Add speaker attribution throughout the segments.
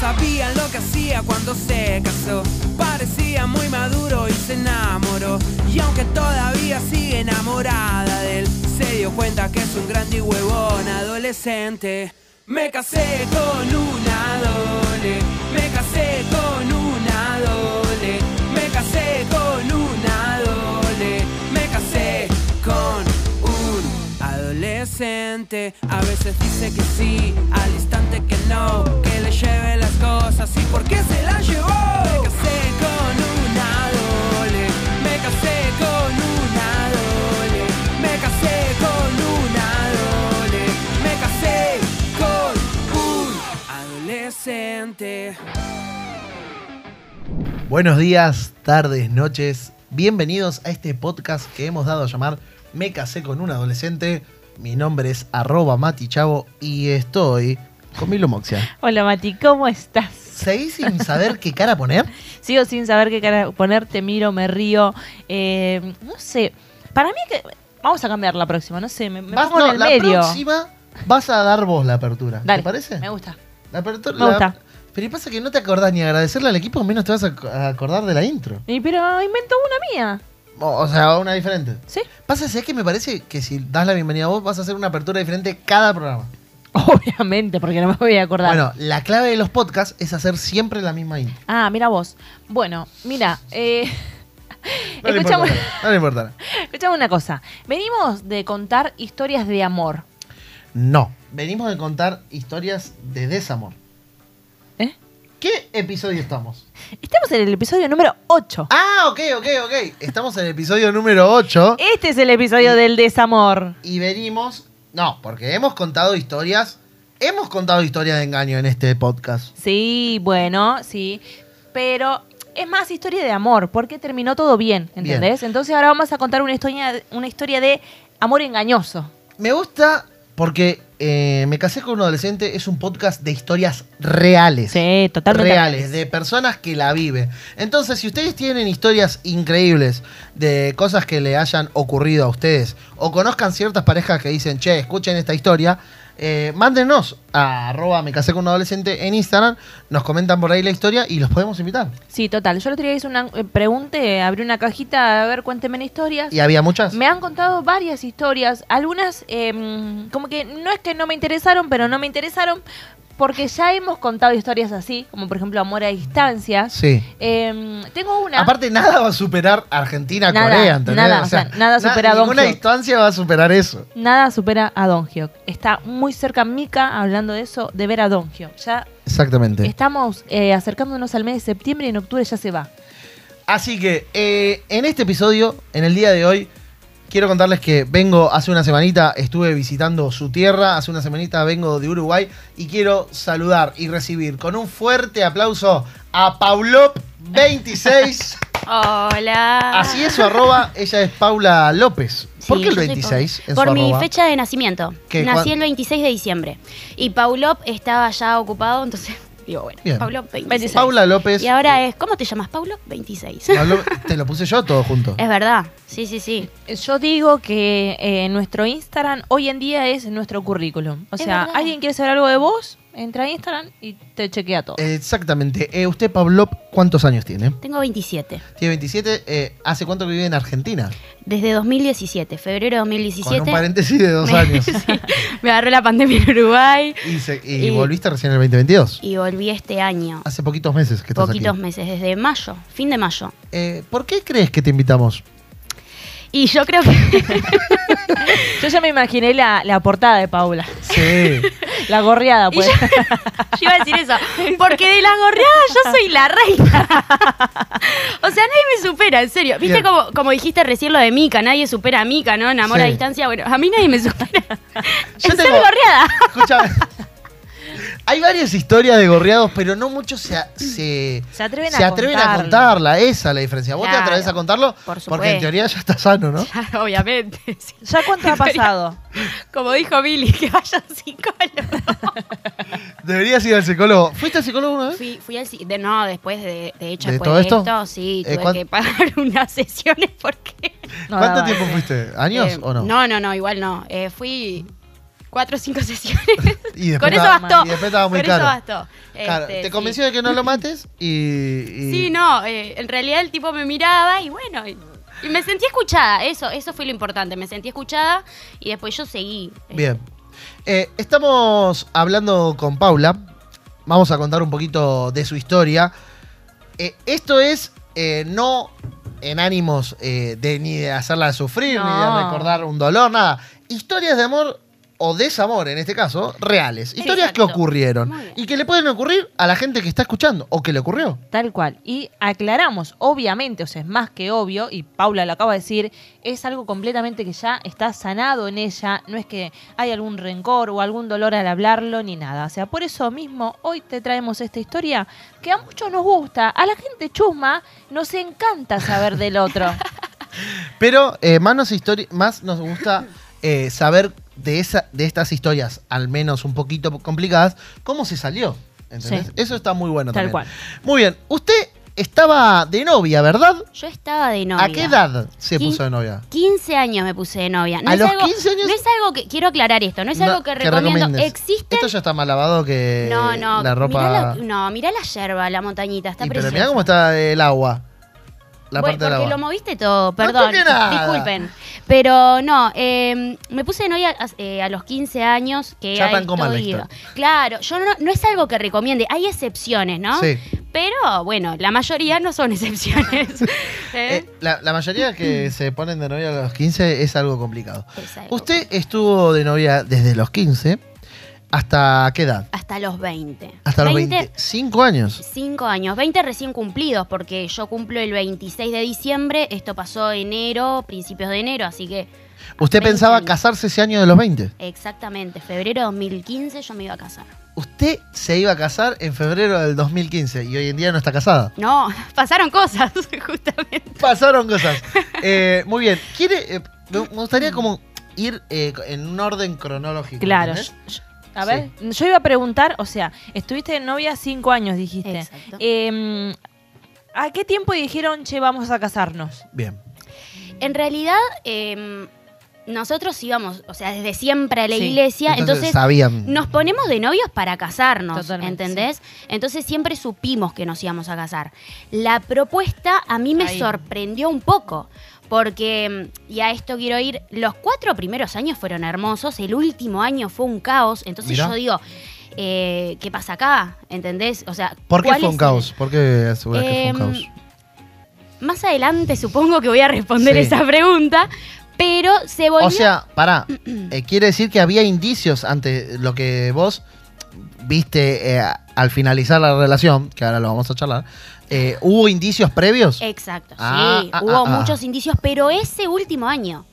Speaker 1: sabían lo que hacía cuando se casó. Parecía muy maduro y se enamoró. Y aunque todavía sigue enamorada de él, se dio cuenta que es un grande y huevón adolescente. Me casé con una dole, me casé con una dole, me casé con una dole, me casé con un adolescente. A veces dice que sí, al instante que no, que le lleve las cosas y por qué se las llevó. Me casé con una dole, me casé con una dole, me casé con una dole, me casé con un adolescente.
Speaker 2: Buenos días, tardes, noches. Bienvenidos a este podcast que hemos dado a llamar Me casé con un adolescente. Mi nombre es arroba Mati Chavo y estoy con Milo Moxia.
Speaker 3: Hola Mati, ¿cómo estás?
Speaker 2: ¿Seguís sin saber qué cara poner?
Speaker 3: Sigo sin saber qué cara poner, te miro, me río. eh, no sé, para mí que... Vamos a cambiar la próxima, no sé, me, me
Speaker 2: Vas-
Speaker 3: pongo
Speaker 2: no,
Speaker 3: en el
Speaker 2: la
Speaker 3: medio.
Speaker 2: próxima vas a dar vos la apertura.
Speaker 3: Dale,
Speaker 2: ¿Te parece?
Speaker 3: Me gusta.
Speaker 2: La apertura-
Speaker 3: me gusta.
Speaker 2: Pero pasa que no te acordás ni agradecerle al equipo, menos te vas a ac- a acordar de la intro.
Speaker 3: Y, pero invento una mía,
Speaker 2: O, o sea, una diferente.
Speaker 3: ¿sí?
Speaker 2: Pasa, es que me parece que si das la bienvenida a vos, vas a hacer una apertura diferente cada programa.
Speaker 3: Obviamente, porque no me voy a acordar.
Speaker 2: Bueno, la clave de los podcasts es hacer siempre la misma intro.
Speaker 3: Ah, mira vos. Bueno, mira, eh,
Speaker 2: No le
Speaker 3: escuchame-
Speaker 2: importa, no le importa.
Speaker 3: escuchame una cosa. Venimos de contar historias de amor.
Speaker 2: No. Venimos de contar historias de desamor.
Speaker 3: ¿Eh?
Speaker 2: ¿Qué episodio estamos?
Speaker 3: Estamos en el episodio número 8.
Speaker 2: Ah, ok, ok, ok. Estamos en el episodio número 8
Speaker 3: Este es el episodio del desamor.
Speaker 2: y venimos... No, porque hemos contado historias... Hemos contado historias de engaño en este podcast.
Speaker 3: Sí, bueno, sí. Pero es más historia de amor, porque terminó todo bien, ¿entendés? Entonces ahora vamos a contar una historia, una historia de amor engañoso.
Speaker 2: Me gusta porque eh, Me casé con un adolescente es un podcast de historias reales.
Speaker 3: Sí, totalmente.
Speaker 2: reales, de personas que la viven. Entonces, si ustedes tienen historias increíbles de cosas que le hayan ocurrido a ustedes, o conozcan ciertas parejas que dicen, che, escuchen esta historia, eh, mándenos a arroba me casé con un adolescente en Instagram, nos comentan por ahí la historia y los podemos invitar.
Speaker 3: Sí, total. Yo el otro día hice una eh, pregunté, abrí una cajita, a ver, cuéntenme en historias.
Speaker 2: Y había muchas.
Speaker 3: Me han contado varias historias, algunas em, como que no es que no me interesaron, pero no me interesaron porque ya hemos contado historias así, como por ejemplo amor a distancias.
Speaker 2: Sí.
Speaker 3: Em, tengo una...
Speaker 2: Aparte, nada va a superar
Speaker 3: Nada,
Speaker 2: Argentina-Corea, ¿entendés?
Speaker 3: nada, o sea, nada
Speaker 2: na-
Speaker 3: supera a Don
Speaker 2: Ninguna
Speaker 3: Quijote.
Speaker 2: distancia va a superar eso.
Speaker 3: Nada supera a Don Hyuk. Está muy cerca Mika hablando de eso, de ver a Don Hyuk. Ya
Speaker 2: Exactamente.
Speaker 3: estamos eh, acercándonos al mes de septiembre y en octubre ya se va.
Speaker 2: Así que eh, en este episodio, en el día de hoy, quiero contarles que vengo hace una semanita, estuve visitando su tierra, hace una semanita vengo de Uruguay y quiero saludar y recibir con un fuerte aplauso a Paulop26.
Speaker 4: Hola.
Speaker 2: Así es su arroba, ella es Paula López. ¿Por
Speaker 4: Sí,
Speaker 2: qué el
Speaker 4: yo soy
Speaker 2: 26 en
Speaker 4: Por
Speaker 2: su
Speaker 4: mi
Speaker 2: arroba?
Speaker 4: fecha de nacimiento.
Speaker 2: ¿Qué?
Speaker 4: Nací
Speaker 2: ¿Cuán-
Speaker 4: el 26 de diciembre. Y Paulop estaba ya ocupado, entonces digo, bueno,
Speaker 2: Bien.
Speaker 4: Paulop 26.
Speaker 3: 26.
Speaker 2: Paula López.
Speaker 4: Y ahora es, ¿cómo te llamas Paulop? 26.
Speaker 2: Paulop- te lo puse yo todo junto.
Speaker 4: es verdad. Sí, sí, sí.
Speaker 3: Yo digo que eh, nuestro Instagram hoy en día es nuestro currículum. O
Speaker 4: Es
Speaker 3: sea,
Speaker 4: verdad.
Speaker 3: alguien quiere saber algo de vos, entra a Instagram y te chequea todo.
Speaker 2: Exactamente. Eh, usted, Paulop, ¿cuántos años tiene?
Speaker 4: Tengo 27.
Speaker 2: Tiene 27. eh, ¿Hace cuánto que vive en Argentina?
Speaker 4: Desde 2017, febrero de
Speaker 2: Con
Speaker 4: 2017.
Speaker 2: un paréntesis de dos años.
Speaker 4: me agarró la pandemia en Uruguay
Speaker 2: Y, se- y
Speaker 4: Y-
Speaker 2: volviste recién en el 2022.
Speaker 4: y volví este año.
Speaker 2: Hace poquitos meses que estás
Speaker 4: Poquitos
Speaker 2: aquí.
Speaker 4: meses, desde mayo, fin de mayo.
Speaker 2: Eh, ¿Por qué crees que te invitamos?
Speaker 4: Y yo creo que
Speaker 3: Yo ya me imaginé la, la portada de Paula.
Speaker 2: Sí.
Speaker 3: La gorreada, pues.
Speaker 4: Yo iba a decir eso. Porque de la gorreada yo soy la reina. O sea, nadie me supera, en serio. Viste
Speaker 2: Bien.
Speaker 4: como, como dijiste recién lo de Mica, nadie supera a Mica, ¿no? En amor
Speaker 2: Sí.
Speaker 4: a distancia, bueno, a mí nadie me supera.
Speaker 2: Yo tengo-
Speaker 4: en ser gorreada.
Speaker 2: Escuchame. Hay varias historias de gorreados, pero no muchos se, a- se,
Speaker 3: Se atreven a
Speaker 2: se atreven a
Speaker 3: contarlo.
Speaker 2: contarla. Esa es la diferencia. Vos te
Speaker 4: Claro.
Speaker 2: atreves a contarlo
Speaker 4: Por
Speaker 2: porque en
Speaker 4: supuesto.
Speaker 2: teoría ya está sano, ¿no?
Speaker 4: Claro, obviamente. sí.
Speaker 3: ¿Ya cuánto ha pasado?
Speaker 4: Como dijo Billy, que vaya al psicólogo.
Speaker 2: Deberías ir al psicólogo. ¿Fuiste al psicólogo una vez?
Speaker 4: Fui, fui al psicólogo. No, después de, de hecho,
Speaker 2: ¿De
Speaker 4: después
Speaker 2: todo
Speaker 4: de
Speaker 2: esto?
Speaker 4: esto, sí,
Speaker 2: Eh,
Speaker 4: tuve
Speaker 2: ¿cuán-
Speaker 4: que pagar unas sesiones porque.
Speaker 3: No,
Speaker 2: ¿Cuánto
Speaker 3: daba,
Speaker 2: tiempo
Speaker 3: sí.
Speaker 2: fuiste? ¿Años
Speaker 4: Eh,
Speaker 2: o no?
Speaker 4: No, no, no, igual no. Eh, fui cuatro o cinco sesiones.
Speaker 2: Y después
Speaker 4: Con eso
Speaker 2: estaba-
Speaker 4: bastó.
Speaker 2: Y después estaba muy
Speaker 4: Con
Speaker 2: caro.
Speaker 4: eso bastó.
Speaker 2: Claro,
Speaker 4: Este,
Speaker 2: te
Speaker 4: sí.
Speaker 2: convenció de que no lo mates y. y-
Speaker 4: Sí, no, eh, en realidad el tipo me miraba y bueno, y, y me sentí escuchada, eso, eso fue lo importante, me sentí escuchada y después yo seguí.
Speaker 2: Bien. Eh, estamos hablando con Paula. Vamos a contar un poquito de su historia. Eh, esto es eh, no en ánimos eh, de ni de hacerla sufrir, ni de
Speaker 3: No.
Speaker 2: recordar un dolor, nada. Historias de amor o desamor, en este caso, reales. Historias que
Speaker 4: Exacto.
Speaker 2: ocurrieron
Speaker 4: Muy bien.
Speaker 2: y que le pueden ocurrir a la gente que está escuchando o que le ocurrió.
Speaker 3: Tal cual. Y aclaramos, obviamente, o sea, es más que obvio, y Paula lo acaba de decir, es algo completamente que ya está sanado en ella, no es que hay algún rencor o algún dolor al hablarlo ni nada. O sea, por eso mismo hoy te traemos esta historia que a muchos nos gusta, a la gente chusma nos encanta saber del otro.
Speaker 2: Pero eh, más, nos histori- más nos gusta eh, saber de, esa, de estas historias, al menos un poquito complicadas, cómo se salió. ¿entendés?
Speaker 3: Sí.
Speaker 2: Eso está muy bueno también.
Speaker 3: Tal cual.
Speaker 2: Muy bien. Usted estaba de novia, ¿verdad?
Speaker 4: Yo estaba de novia.
Speaker 2: ¿A qué edad se
Speaker 4: Quin-
Speaker 2: puso de novia?
Speaker 4: 15 años me puse de novia. No
Speaker 2: ¿A
Speaker 4: es
Speaker 2: los
Speaker 4: algo-
Speaker 2: 15 años?
Speaker 4: No es algo que. Quiero aclarar esto. No es algo
Speaker 2: No,
Speaker 4: que recomiendo.
Speaker 2: recomiendes.
Speaker 4: Existen.
Speaker 2: Esto ya está más lavado que
Speaker 4: no, no.
Speaker 2: la ropa.
Speaker 4: Mirá la, no, mirá la yerba, la montañita. Está
Speaker 2: Y, pero
Speaker 4: preciosa.
Speaker 2: mirá cómo está el agua. La
Speaker 4: Voy-
Speaker 2: parte del
Speaker 4: porque
Speaker 2: agua.
Speaker 4: lo moviste todo, perdón.
Speaker 2: toqué nada.
Speaker 4: Disculpen. Pero no, eh, me puse de novia a, eh, a los 15 años. que
Speaker 2: Ya
Speaker 4: ahí
Speaker 2: arrancó mal la
Speaker 4: estoy-
Speaker 2: historia.
Speaker 4: Claro, yo no, no es algo que recomiende. Hay excepciones, ¿no?
Speaker 2: Sí.
Speaker 4: Pero bueno, la mayoría no son excepciones. ¿Eh?
Speaker 2: Eh, la, la mayoría que se ponen de novia a los 15 es algo complicado.
Speaker 4: Es algo-
Speaker 2: Usted estuvo de novia desde los 15 hasta qué edad?
Speaker 4: Hasta los 20.
Speaker 2: Hasta los 25 años.
Speaker 4: 5 años, 20 recién cumplidos, porque yo cumplo el 26 de diciembre, esto pasó enero, principios de enero, así que
Speaker 2: Usted
Speaker 4: 20
Speaker 2: pensaba
Speaker 4: años.
Speaker 2: casarse ese año de los 20.
Speaker 4: exactamente, febrero de 2015 yo me iba a casar.
Speaker 2: Usted se iba a casar en febrero del 2015 y hoy en día no está casada.
Speaker 4: No, pasaron cosas, justamente.
Speaker 2: Pasaron cosas. Eh, muy bien. ¿Quiere, eh, me me gustaría como ir eh, en un orden cronológico.
Speaker 3: Claro.
Speaker 2: ¿entendés?
Speaker 3: yo- yo- a ver, yo iba a preguntar, o sea, estuviste de novia cinco años, dijiste.
Speaker 4: Exacto.
Speaker 3: Eh, ¿A qué tiempo dijeron, che, vamos a casarnos?
Speaker 2: Bien.
Speaker 4: En realidad, eh, nosotros íbamos, o sea, desde siempre a la
Speaker 3: Sí.
Speaker 4: iglesia, entonces
Speaker 2: sabían.
Speaker 4: Nos ponemos de novios para casarnos,
Speaker 3: Totalmente,
Speaker 4: ¿entendés? Entonces siempre supimos que nos íbamos a casar. La propuesta a mí me
Speaker 3: Ahí.
Speaker 4: sorprendió un poco, porque, mm, y a esto quiero ir, los cuatro primeros años fueron hermosos, el último año fue un caos, entonces
Speaker 2: Mirá.
Speaker 4: yo digo, eh, ¿qué pasa acá? ¿Entendés? O sea,
Speaker 2: ¿Por qué
Speaker 4: ¿cuál
Speaker 2: fue
Speaker 4: es
Speaker 2: un
Speaker 4: el-
Speaker 2: caos? ¿Por qué aseguras que fue un
Speaker 4: Em,
Speaker 2: caos?
Speaker 4: Más adelante supongo que voy a responder
Speaker 2: Sí.
Speaker 4: esa pregunta, pero se volvió...
Speaker 2: O sea, pará, eh, quiere decir que había indicios ante lo que vos viste eh, al finalizar la relación, que ahora lo vamos a charlar. eh, ¿Hubo indicios previos?
Speaker 4: Exacto,
Speaker 2: Ah,
Speaker 4: sí.
Speaker 2: ah,
Speaker 4: Hubo
Speaker 2: ah, ah.
Speaker 4: muchos indicios, pero ese último año.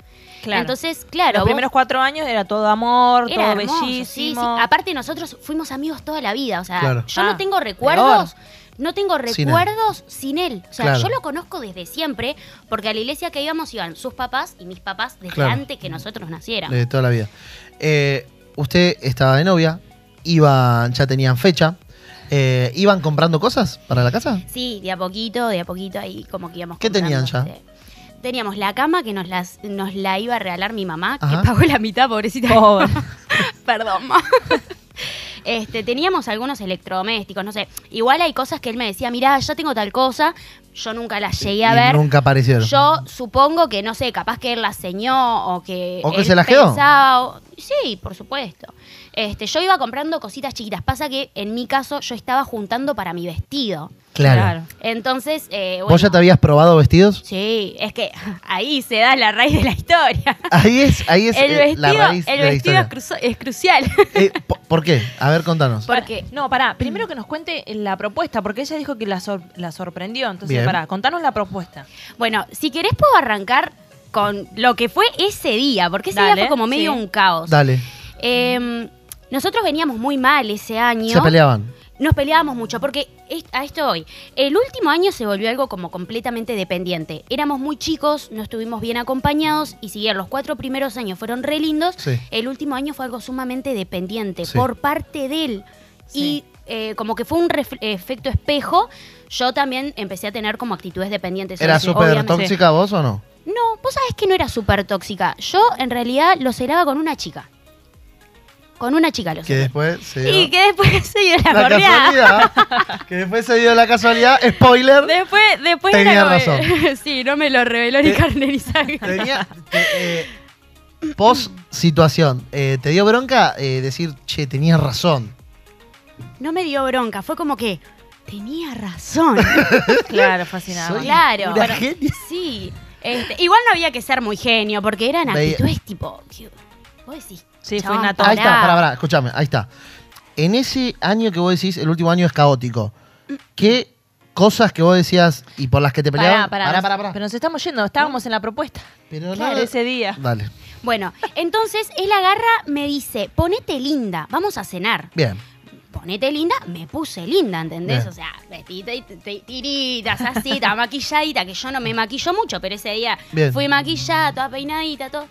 Speaker 4: Entonces, claro,
Speaker 3: Los
Speaker 4: vos-
Speaker 3: primeros cuatro años era todo amor,
Speaker 4: era
Speaker 3: todo
Speaker 4: hermoso, sí, sí.
Speaker 3: bellísimo.
Speaker 4: Aparte nosotros fuimos amigos toda la vida, o sea,
Speaker 2: Claro.
Speaker 4: yo
Speaker 3: Ah,
Speaker 4: no tengo recuerdos, no tengo
Speaker 2: Sin él.
Speaker 4: recuerdos sin él. O sea,
Speaker 2: Claro.
Speaker 4: yo lo conozco desde siempre, porque a la iglesia que íbamos iban sus papás y mis papás desde
Speaker 2: Claro.
Speaker 4: antes que nosotros naciéramos.
Speaker 2: De toda la vida. Eh, usted estaba de novia, iban, ya tenían fecha. eh, ¿Iban comprando cosas para la casa?
Speaker 4: Sí, de a poquito, de a poquito ahí como que íbamos
Speaker 2: ¿Qué tenían
Speaker 4: comprando,
Speaker 2: ya?
Speaker 4: este, Teníamos la cama que nos, las, nos la iba a regalar mi mamá,
Speaker 2: Ajá.
Speaker 4: que pagó la mitad, pobrecita.
Speaker 3: Pobre.
Speaker 4: Perdón. ma. este, teníamos algunos electrodomésticos, no sé. Igual hay cosas que él me decía, mirá, yo tengo tal cosa, yo nunca las llegué a
Speaker 2: Y
Speaker 4: ver.
Speaker 2: nunca aparecieron.
Speaker 4: Yo supongo que, no sé, capaz que él las ceñó o que.
Speaker 2: ¿O que
Speaker 4: él
Speaker 2: se las quedó?
Speaker 4: pensaba, o- Sí, por supuesto. Este, yo iba comprando cositas chiquitas. Pasa que en mi caso yo estaba juntando para mi vestido.
Speaker 2: claro.
Speaker 4: Entonces, eh, bueno,
Speaker 2: ¿Vos ya te habías probado vestidos?
Speaker 4: Sí, es que ahí se da la raíz de la historia.
Speaker 2: Ahí es, ahí es
Speaker 4: el
Speaker 2: eh, la
Speaker 4: vestido,
Speaker 2: raíz
Speaker 4: el
Speaker 2: de la
Speaker 4: vestido es,
Speaker 2: historia.
Speaker 4: cruzo- es crucial.
Speaker 2: Eh, po- ¿Por qué? A ver, contanos.
Speaker 4: Porque
Speaker 3: No, pará, primero que nos cuente la propuesta, porque ella dijo que la, sor- la sorprendió. Entonces,
Speaker 2: Bien.
Speaker 3: pará, contanos la propuesta.
Speaker 4: Bueno, si querés puedo arrancar con lo que fue ese día, porque ese
Speaker 3: Dale,
Speaker 4: día fue como medio
Speaker 3: sí.
Speaker 4: un caos.
Speaker 2: Dale.
Speaker 4: Eh, nosotros veníamos muy mal ese año.
Speaker 2: Se peleaban.
Speaker 4: Nos peleábamos mucho, porque es- a esto voy. El último año se volvió algo como completamente dependiente. Éramos muy chicos, no estuvimos bien acompañados, y si bien los cuatro primeros años fueron re lindos,
Speaker 2: Sí.
Speaker 4: el último año fue algo sumamente dependiente
Speaker 2: Sí.
Speaker 4: por parte de él.
Speaker 3: Sí.
Speaker 4: Y eh, como que fue un ref- efecto espejo, yo también empecé a tener como actitudes dependientes.
Speaker 2: ¿Era
Speaker 4: Eso sí,
Speaker 2: súper
Speaker 4: obviamente.
Speaker 2: tóxica vos o no?
Speaker 4: No, vos sabés que no era súper tóxica. Yo en realidad lo celaba con una chica. con una chica lo
Speaker 2: Que
Speaker 4: sé.
Speaker 2: después se dio
Speaker 4: Y que después se dio la,
Speaker 2: la
Speaker 4: correa.
Speaker 2: casualidad. que después se dio la casualidad. Spoiler.
Speaker 4: Después, después
Speaker 2: Tenía
Speaker 4: era como-
Speaker 2: razón.
Speaker 4: sí, no me lo reveló ni
Speaker 2: Te-
Speaker 4: Carne ni Saga.
Speaker 2: Tenía. te- eh, post situación. eh, ¿Te dio bronca eh, decir, che, tenías razón?
Speaker 4: No me dio bronca, fue como que tenía razón.
Speaker 3: Claro, fascinado.
Speaker 2: Soy
Speaker 4: claro.
Speaker 2: una
Speaker 4: Bueno,
Speaker 2: genia.
Speaker 4: sí. Este, igual no había que ser muy genio, porque eran
Speaker 2: Veía-
Speaker 4: actitudes tipo. tío, Vos decís.
Speaker 3: Sí, fue
Speaker 4: chabón,
Speaker 3: innato.
Speaker 2: Ahí está,
Speaker 4: pará.
Speaker 2: pará, pará, escúchame, ahí está. En ese año que vos decís, el último año es caótico. ¿Qué cosas que vos decías y por las que te
Speaker 3: Pará,
Speaker 2: peleaban?
Speaker 3: pará,
Speaker 2: pará,
Speaker 3: nos-
Speaker 2: pará, pará.
Speaker 3: Pero nos estamos yendo, estábamos en la propuesta.
Speaker 2: Pero
Speaker 3: Claro,
Speaker 2: no-
Speaker 3: ese día.
Speaker 2: Dale.
Speaker 4: Bueno, entonces él agarra, me dice, ponete linda, vamos a cenar.
Speaker 2: Bien.
Speaker 4: Ponete linda, me puse linda, ¿entendés?
Speaker 2: Bien.
Speaker 4: O sea, vestida y t- t- tiritas, así, estaba maquilladita, que yo no me maquillo mucho, pero ese día
Speaker 2: Bien.
Speaker 4: fui maquillada, toda peinadita, todo.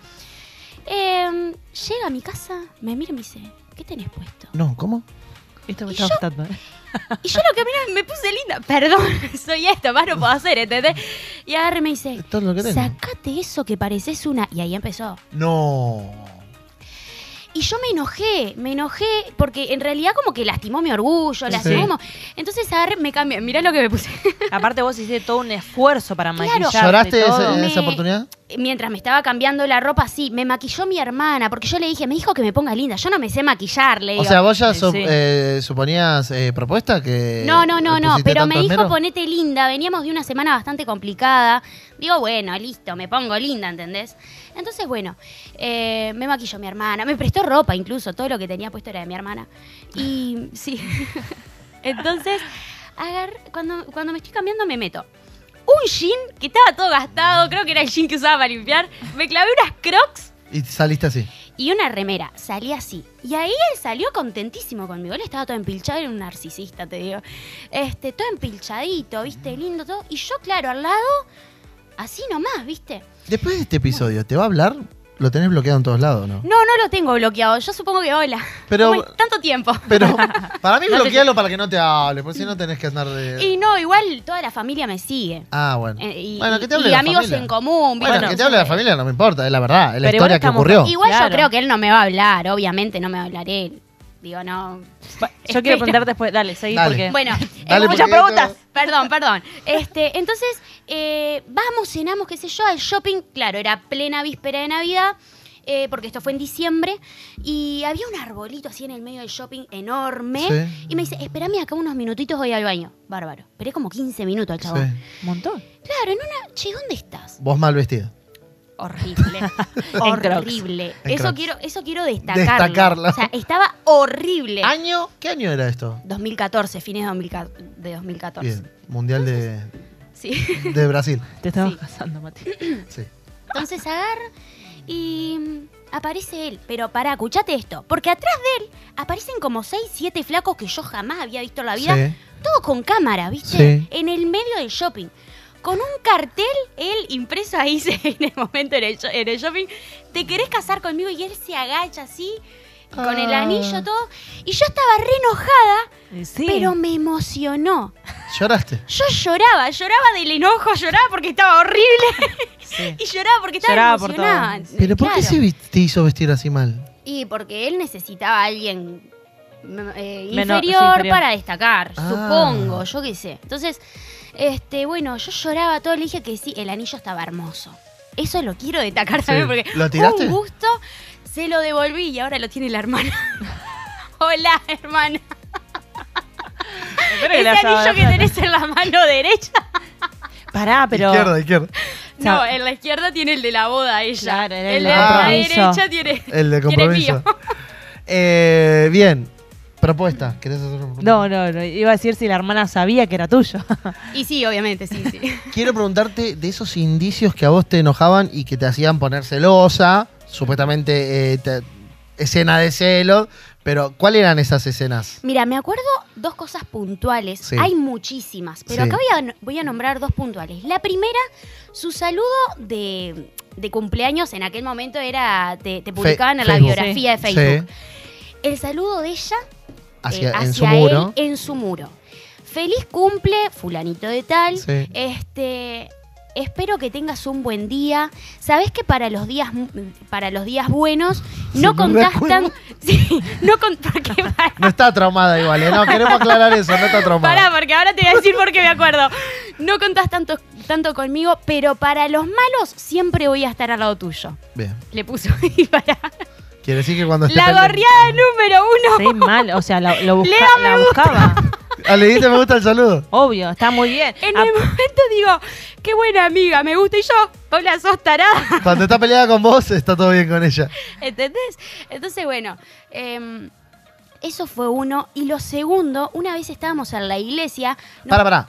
Speaker 4: Em, llega a mi casa, me mira y me dice, ¿qué tenés puesto?
Speaker 2: No, ¿cómo?
Speaker 3: Esto me
Speaker 4: Y
Speaker 3: está
Speaker 4: yo-
Speaker 3: gustando. ¿eh?
Speaker 4: Y yo lo que miraba, me puse linda. Perdón, soy esto, más no puedo hacer, ¿entendés? Y agarre y me dice,
Speaker 2: Esto es lo que tengo.
Speaker 4: sacate eso que pareces una... Y ahí empezó.
Speaker 2: No.
Speaker 4: Y yo me enojé, me enojé, porque en realidad como que lastimó mi orgullo, lastimó... como- Entonces agarré, me cambié, mirá lo que me puse.
Speaker 3: Aparte vos hiciste todo un esfuerzo para
Speaker 4: Claro.
Speaker 3: maquillarte.
Speaker 2: ¿Lloraste
Speaker 3: todo.
Speaker 2: ese- en
Speaker 4: Me-
Speaker 2: esa oportunidad?
Speaker 4: Mientras me estaba cambiando la ropa, sí, me maquilló mi hermana, porque yo le dije, me dijo que me ponga linda, yo no me sé maquillar, le digo.
Speaker 2: O sea, vos ya
Speaker 3: Sí,
Speaker 2: sup-
Speaker 3: sí.
Speaker 2: eh, suponías eh, propuesta que.
Speaker 4: No, no, no,
Speaker 2: le
Speaker 4: no,
Speaker 2: pusiste
Speaker 4: pero
Speaker 2: tanto
Speaker 4: me dijo
Speaker 2: esmero?
Speaker 4: ponete linda, veníamos de una semana bastante complicada. Digo, bueno, listo, me pongo linda, ¿entendés? Entonces, bueno, eh, me maquilló mi hermana, me prestó ropa incluso, todo lo que tenía puesto era de mi hermana. Y sí, entonces, agar- cuando, cuando me estoy cambiando me meto. Un jean que estaba todo gastado, creo que era el jean que usaba para limpiar, me clavé unas crocs
Speaker 2: Y saliste así.
Speaker 4: y una remera. Salí así. Y ahí él salió contentísimo conmigo. Él estaba todo empilchado, era un narcisista, te digo. Este, todo empilchadito, viste, lindo todo. Y yo, claro, al lado, así nomás, viste.
Speaker 2: Después de este episodio, ¿te va a hablar? Lo tenés bloqueado en todos lados, ¿no?
Speaker 4: No, no lo tengo bloqueado. Yo supongo que hola.
Speaker 2: Pero-
Speaker 4: Como tanto tiempo.
Speaker 2: Pero para mí
Speaker 4: No te- Mm.
Speaker 2: bloquealo para que no te hable, porque si no tenés que andar de.
Speaker 4: Y no, igual toda la familia me sigue.
Speaker 2: Ah, bueno.
Speaker 4: Eh, y
Speaker 2: bueno, que te
Speaker 4: y-
Speaker 2: hable
Speaker 4: y
Speaker 2: la
Speaker 4: amigos
Speaker 2: familia.
Speaker 4: en común.
Speaker 2: Bueno,
Speaker 4: ¿viste?
Speaker 2: que te hable la familia no me importa, es la verdad, es la
Speaker 3: Pero igual
Speaker 2: historia que
Speaker 3: estamos-
Speaker 2: ocurrió.
Speaker 4: Igual
Speaker 3: Claro.
Speaker 4: yo creo que él no me va a hablar, obviamente no me va a hablar él. Digo, no.
Speaker 3: Pa- Yo quiero preguntarte después. Dale, seguí
Speaker 2: Dale.
Speaker 3: porque.
Speaker 4: Bueno,
Speaker 2: Dale,
Speaker 4: eh,
Speaker 2: porque-
Speaker 4: Perdón, perdón. Este, entonces, eh, vamos, cenamos, qué sé yo, al shopping. Claro, era plena víspera de Navidad, eh, porque esto fue en diciembre. Y había un arbolito así en el medio del shopping enorme.
Speaker 2: Sí.
Speaker 4: Y me dice, espérame acá unos minutitos, voy al baño. Bárbaro. Esperé como 15 minutos al chabón.
Speaker 2: Sí.
Speaker 3: Un montón.
Speaker 4: Claro, en una... Che, ¿dónde estás?
Speaker 2: Vos mal vestido.
Speaker 4: Horrible.
Speaker 3: Crocs.
Speaker 4: horrible.
Speaker 2: En
Speaker 4: Eso
Speaker 2: Crocs.
Speaker 4: quiero, eso quiero destacarlo.
Speaker 2: Destacarlo.
Speaker 4: O sea, estaba horrible.
Speaker 2: ¿Año? ¿Qué año era esto?
Speaker 4: 2014, fines de 2014 de 2014.
Speaker 2: Bien, Mundial de,
Speaker 4: Sí.
Speaker 2: de Brasil.
Speaker 3: Te estamos
Speaker 4: Sí.
Speaker 3: casando, Mati.
Speaker 2: Sí.
Speaker 4: Entonces agarra y mm, aparece él. Pero para, escuchate esto. Porque atrás de él aparecen como 6, 7 flacos que yo jamás había visto en la vida.
Speaker 2: Sí.
Speaker 4: Todo con cámara, ¿viste?
Speaker 2: Sí.
Speaker 4: En el medio del shopping. Con un cartel, él impreso ahí se- en el momento en el, sho- en el shopping. ¿Te querés casar conmigo? Y él se agacha así. Con el
Speaker 2: Ah.
Speaker 4: anillo todo. Y yo estaba re enojada,
Speaker 3: Y Sí.
Speaker 4: pero me emocionó.
Speaker 2: ¿Lloraste?
Speaker 4: Yo lloraba, lloraba del enojo, lloraba porque estaba horrible.
Speaker 3: Sí.
Speaker 4: Y lloraba porque estaba
Speaker 3: Lloraba por
Speaker 4: emocionada.
Speaker 2: ¿Pero por qué
Speaker 4: Claro.
Speaker 2: se vi- te hizo vestir así mal?
Speaker 4: Y porque él necesitaba a alguien mm, eh,
Speaker 3: Menor- sí,
Speaker 4: inferior,
Speaker 3: inferior.
Speaker 4: para destacar,
Speaker 2: Ah.
Speaker 4: supongo, yo qué sé. Entonces, este, bueno, yo lloraba todo, le dije que sí, el anillo estaba hermoso. Eso lo quiero destacar
Speaker 2: Sí.
Speaker 4: también porque
Speaker 2: ¿Lo tiraste?
Speaker 4: fue un gusto, se lo devolví y ahora lo tiene la hermana. Hola, hermana.
Speaker 3: Espero que
Speaker 4: Ese
Speaker 3: le haya
Speaker 4: anillo
Speaker 3: dado
Speaker 4: que
Speaker 3: plata.
Speaker 4: tenés en la mano derecha.
Speaker 3: Pará, pero.
Speaker 2: Izquierda, izquierda.
Speaker 4: No,
Speaker 3: sea-
Speaker 4: en la izquierda tiene el de la boda ella.
Speaker 3: Claro,
Speaker 4: el,
Speaker 3: era el
Speaker 2: del
Speaker 4: de la
Speaker 2: compromiso.
Speaker 4: derecha tiene.
Speaker 2: El de
Speaker 4: Tiene
Speaker 2: compromiso. Eh, bien. Propuesta. ¿Querés hacer una propuesta?
Speaker 3: No, no, no. Iba a decir si la hermana sabía que era tuyo.
Speaker 4: Y sí, obviamente, sí, sí.
Speaker 2: Quiero preguntarte de esos indicios que a vos te enojaban y que te hacían poner celosa, supuestamente eh, te- escena de celos, pero ¿cuáles eran esas escenas?
Speaker 4: Mira, me acuerdo dos cosas puntuales.
Speaker 2: Sí.
Speaker 4: Hay muchísimas, pero
Speaker 2: Sí.
Speaker 4: acá voy a, no- voy a nombrar dos puntuales. La primera, su saludo de, de cumpleaños en aquel momento era. Te, te publicaban en la
Speaker 2: Facebook.
Speaker 4: biografía de Facebook. El saludo de ella
Speaker 2: Sí,
Speaker 4: eh,
Speaker 2: hacia, en su
Speaker 4: hacia
Speaker 2: muro.
Speaker 4: él en su muro. Feliz cumple, fulanito de tal.
Speaker 2: Sí.
Speaker 4: Este. espero que tengas un buen día. Sabés que para los días para los días buenos no
Speaker 2: me
Speaker 4: contás
Speaker 2: recuerdo.
Speaker 4: tan Sí, no con- porque para-
Speaker 2: No está traumada igual, ¿eh? No, queremos aclarar eso, no está
Speaker 4: Pará,
Speaker 2: traumada.
Speaker 4: porque ahora te voy a decir por qué me acuerdo. No contás tanto, tanto conmigo, pero para los malos siempre voy a estar al lado tuyo.
Speaker 2: Bien.
Speaker 4: Le puso y para.
Speaker 2: Quiere decir que cuando esté
Speaker 4: La
Speaker 2: pendiente-
Speaker 4: gorriada número uno.
Speaker 3: Sí, mal, o sea, lo, lo busca-
Speaker 4: Leo me
Speaker 3: la buscaba.
Speaker 2: Ah, le diste me gusta el saludo.
Speaker 3: Obvio, está muy bien.
Speaker 4: En
Speaker 3: Ah,
Speaker 4: el momento digo, qué buena amiga, me gusta. Y yo, Paula, sos tarada.
Speaker 2: Cuando está peleada con vos, está todo bien con ella.
Speaker 4: ¿Entendés? Entonces, bueno, em, eso fue uno. Y lo segundo, una vez estábamos en la iglesia. nos-
Speaker 2: Para, pará.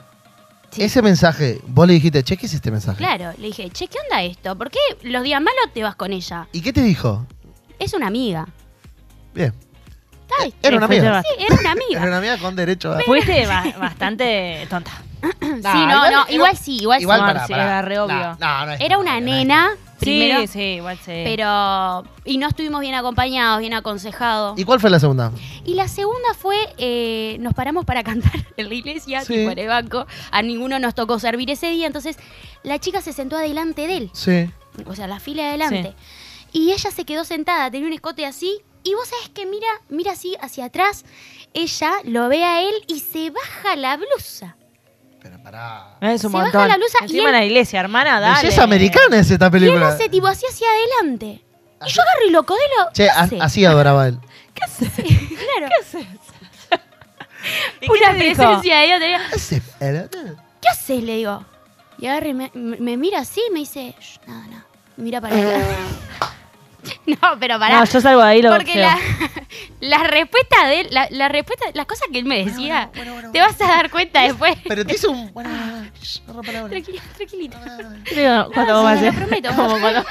Speaker 4: Sí.
Speaker 2: Ese mensaje, vos le dijiste, che, ¿qué es este mensaje?
Speaker 4: Claro, le dije, che, ¿qué onda esto? ¿Por qué los días malos te vas con ella?
Speaker 2: ¿Y qué te dijo?
Speaker 4: Es una amiga.
Speaker 2: Bien.
Speaker 4: Está-
Speaker 2: Era una
Speaker 3: fue
Speaker 2: amiga.
Speaker 3: llevar.
Speaker 4: Sí, era una amiga.
Speaker 2: Era una amiga con derecho a.
Speaker 3: Fuiste ba- bastante tonta.
Speaker 4: sí, no,
Speaker 2: igual-
Speaker 4: no,
Speaker 2: igual-
Speaker 4: igual, sí, igual,
Speaker 2: Igual
Speaker 4: sí.
Speaker 2: para,
Speaker 3: sí, era re obvio.
Speaker 2: No, no es
Speaker 4: Era una
Speaker 2: amiga, no es
Speaker 4: nena, primero,
Speaker 3: ¿eh? Sí, sí, igual sí.
Speaker 4: pero... Y no estuvimos bien acompañados, bien aconsejados.
Speaker 2: ¿Y cuál fue la segunda?
Speaker 4: Y la segunda fue, eh, nos paramos para cantar en la iglesia,
Speaker 2: Sí.
Speaker 4: tipo en el banco. A ninguno nos tocó servir ese día, entonces la chica se sentó adelante de él,
Speaker 2: Sí.
Speaker 4: o sea, la fila de adelante. Y ella se quedó sentada, tenía un escote así, y vos sabés que mira, mira así hacia atrás, ella lo ve a él y se baja la blusa.
Speaker 2: Pero pará.
Speaker 3: es un
Speaker 4: se
Speaker 3: montón.
Speaker 4: baja la blusa y
Speaker 3: Encima
Speaker 4: él-
Speaker 3: en la iglesia, hermana, dale.
Speaker 2: Belleza americana es esta
Speaker 4: Ah, Y él
Speaker 2: película.
Speaker 4: hace tipo así hacia adelante. Y yo agarro y lo codelo.
Speaker 2: Che,
Speaker 4: ¿qué
Speaker 2: a-
Speaker 4: hace?
Speaker 2: así adoraba él.
Speaker 4: Claro.
Speaker 3: ¿Y qué
Speaker 4: Una
Speaker 3: le dijo?
Speaker 4: presencia de Dios. Te digo,
Speaker 2: Ese- el-
Speaker 4: ¿Qué haces? Le digo. Y agarra y me, me- me mira así y me dice, "Shh, nada, nada. Mira para acá. no, pero pará.
Speaker 3: No, yo salgo de ahí lo
Speaker 4: porque
Speaker 3: boxeo.
Speaker 4: la, la respuesta de él, la, la respuesta, las cosas que él me decía, te vas a dar cuenta después.
Speaker 2: Pero te hizo un. Bueno,
Speaker 4: Ah,
Speaker 2: bueno, shh, no rompa la bola.
Speaker 4: Tranquila, tranquilito.
Speaker 3: Digo, cuando
Speaker 4: No,
Speaker 3: vos
Speaker 4: sí,
Speaker 3: vas
Speaker 4: te lo
Speaker 3: a-
Speaker 4: prometo.
Speaker 3: Como cuando...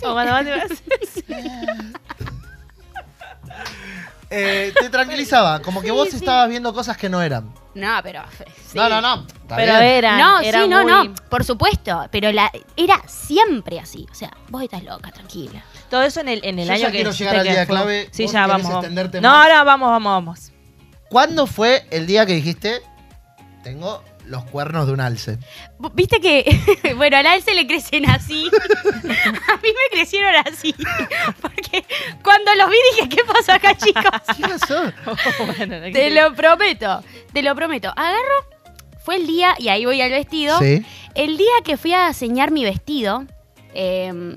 Speaker 3: Como cuando vas a-
Speaker 2: Eh, te tranquilizaba, como que vos estabas viendo cosas que no eran.
Speaker 4: No, pero. sí.
Speaker 2: No, no, no. está
Speaker 3: Pero
Speaker 2: bien.
Speaker 3: era.
Speaker 4: No,
Speaker 3: era
Speaker 4: sí, no,
Speaker 3: muy-
Speaker 4: no, por supuesto, pero la era siempre así, o sea, vos estás loca, tranquila.
Speaker 3: Todo eso en el, en el
Speaker 2: Yo ya
Speaker 3: año que.
Speaker 2: quiero
Speaker 3: dijiste
Speaker 2: llegar al
Speaker 3: que
Speaker 2: día
Speaker 3: fue-
Speaker 2: clave.
Speaker 3: Sí,
Speaker 2: Vos
Speaker 3: ya
Speaker 2: querés
Speaker 3: vamos. vamos.
Speaker 2: extenderte
Speaker 3: No,
Speaker 2: más.
Speaker 3: no, vamos, vamos, vamos.
Speaker 2: ¿Cuándo fue el día que dijiste, tengo los cuernos de un alce?
Speaker 4: Viste que, bueno, al alce le crecen así. A mí me crecieron así. Porque cuando los vi dije, ¿qué pasó acá, chicos?
Speaker 2: ¿Qué pasó?
Speaker 3: Bueno, no,
Speaker 4: Te lo prometo, te lo prometo. Agarro, fue el día, y ahí voy al vestido.
Speaker 2: Sí.
Speaker 4: El día que fui a ceñar mi vestido, eh,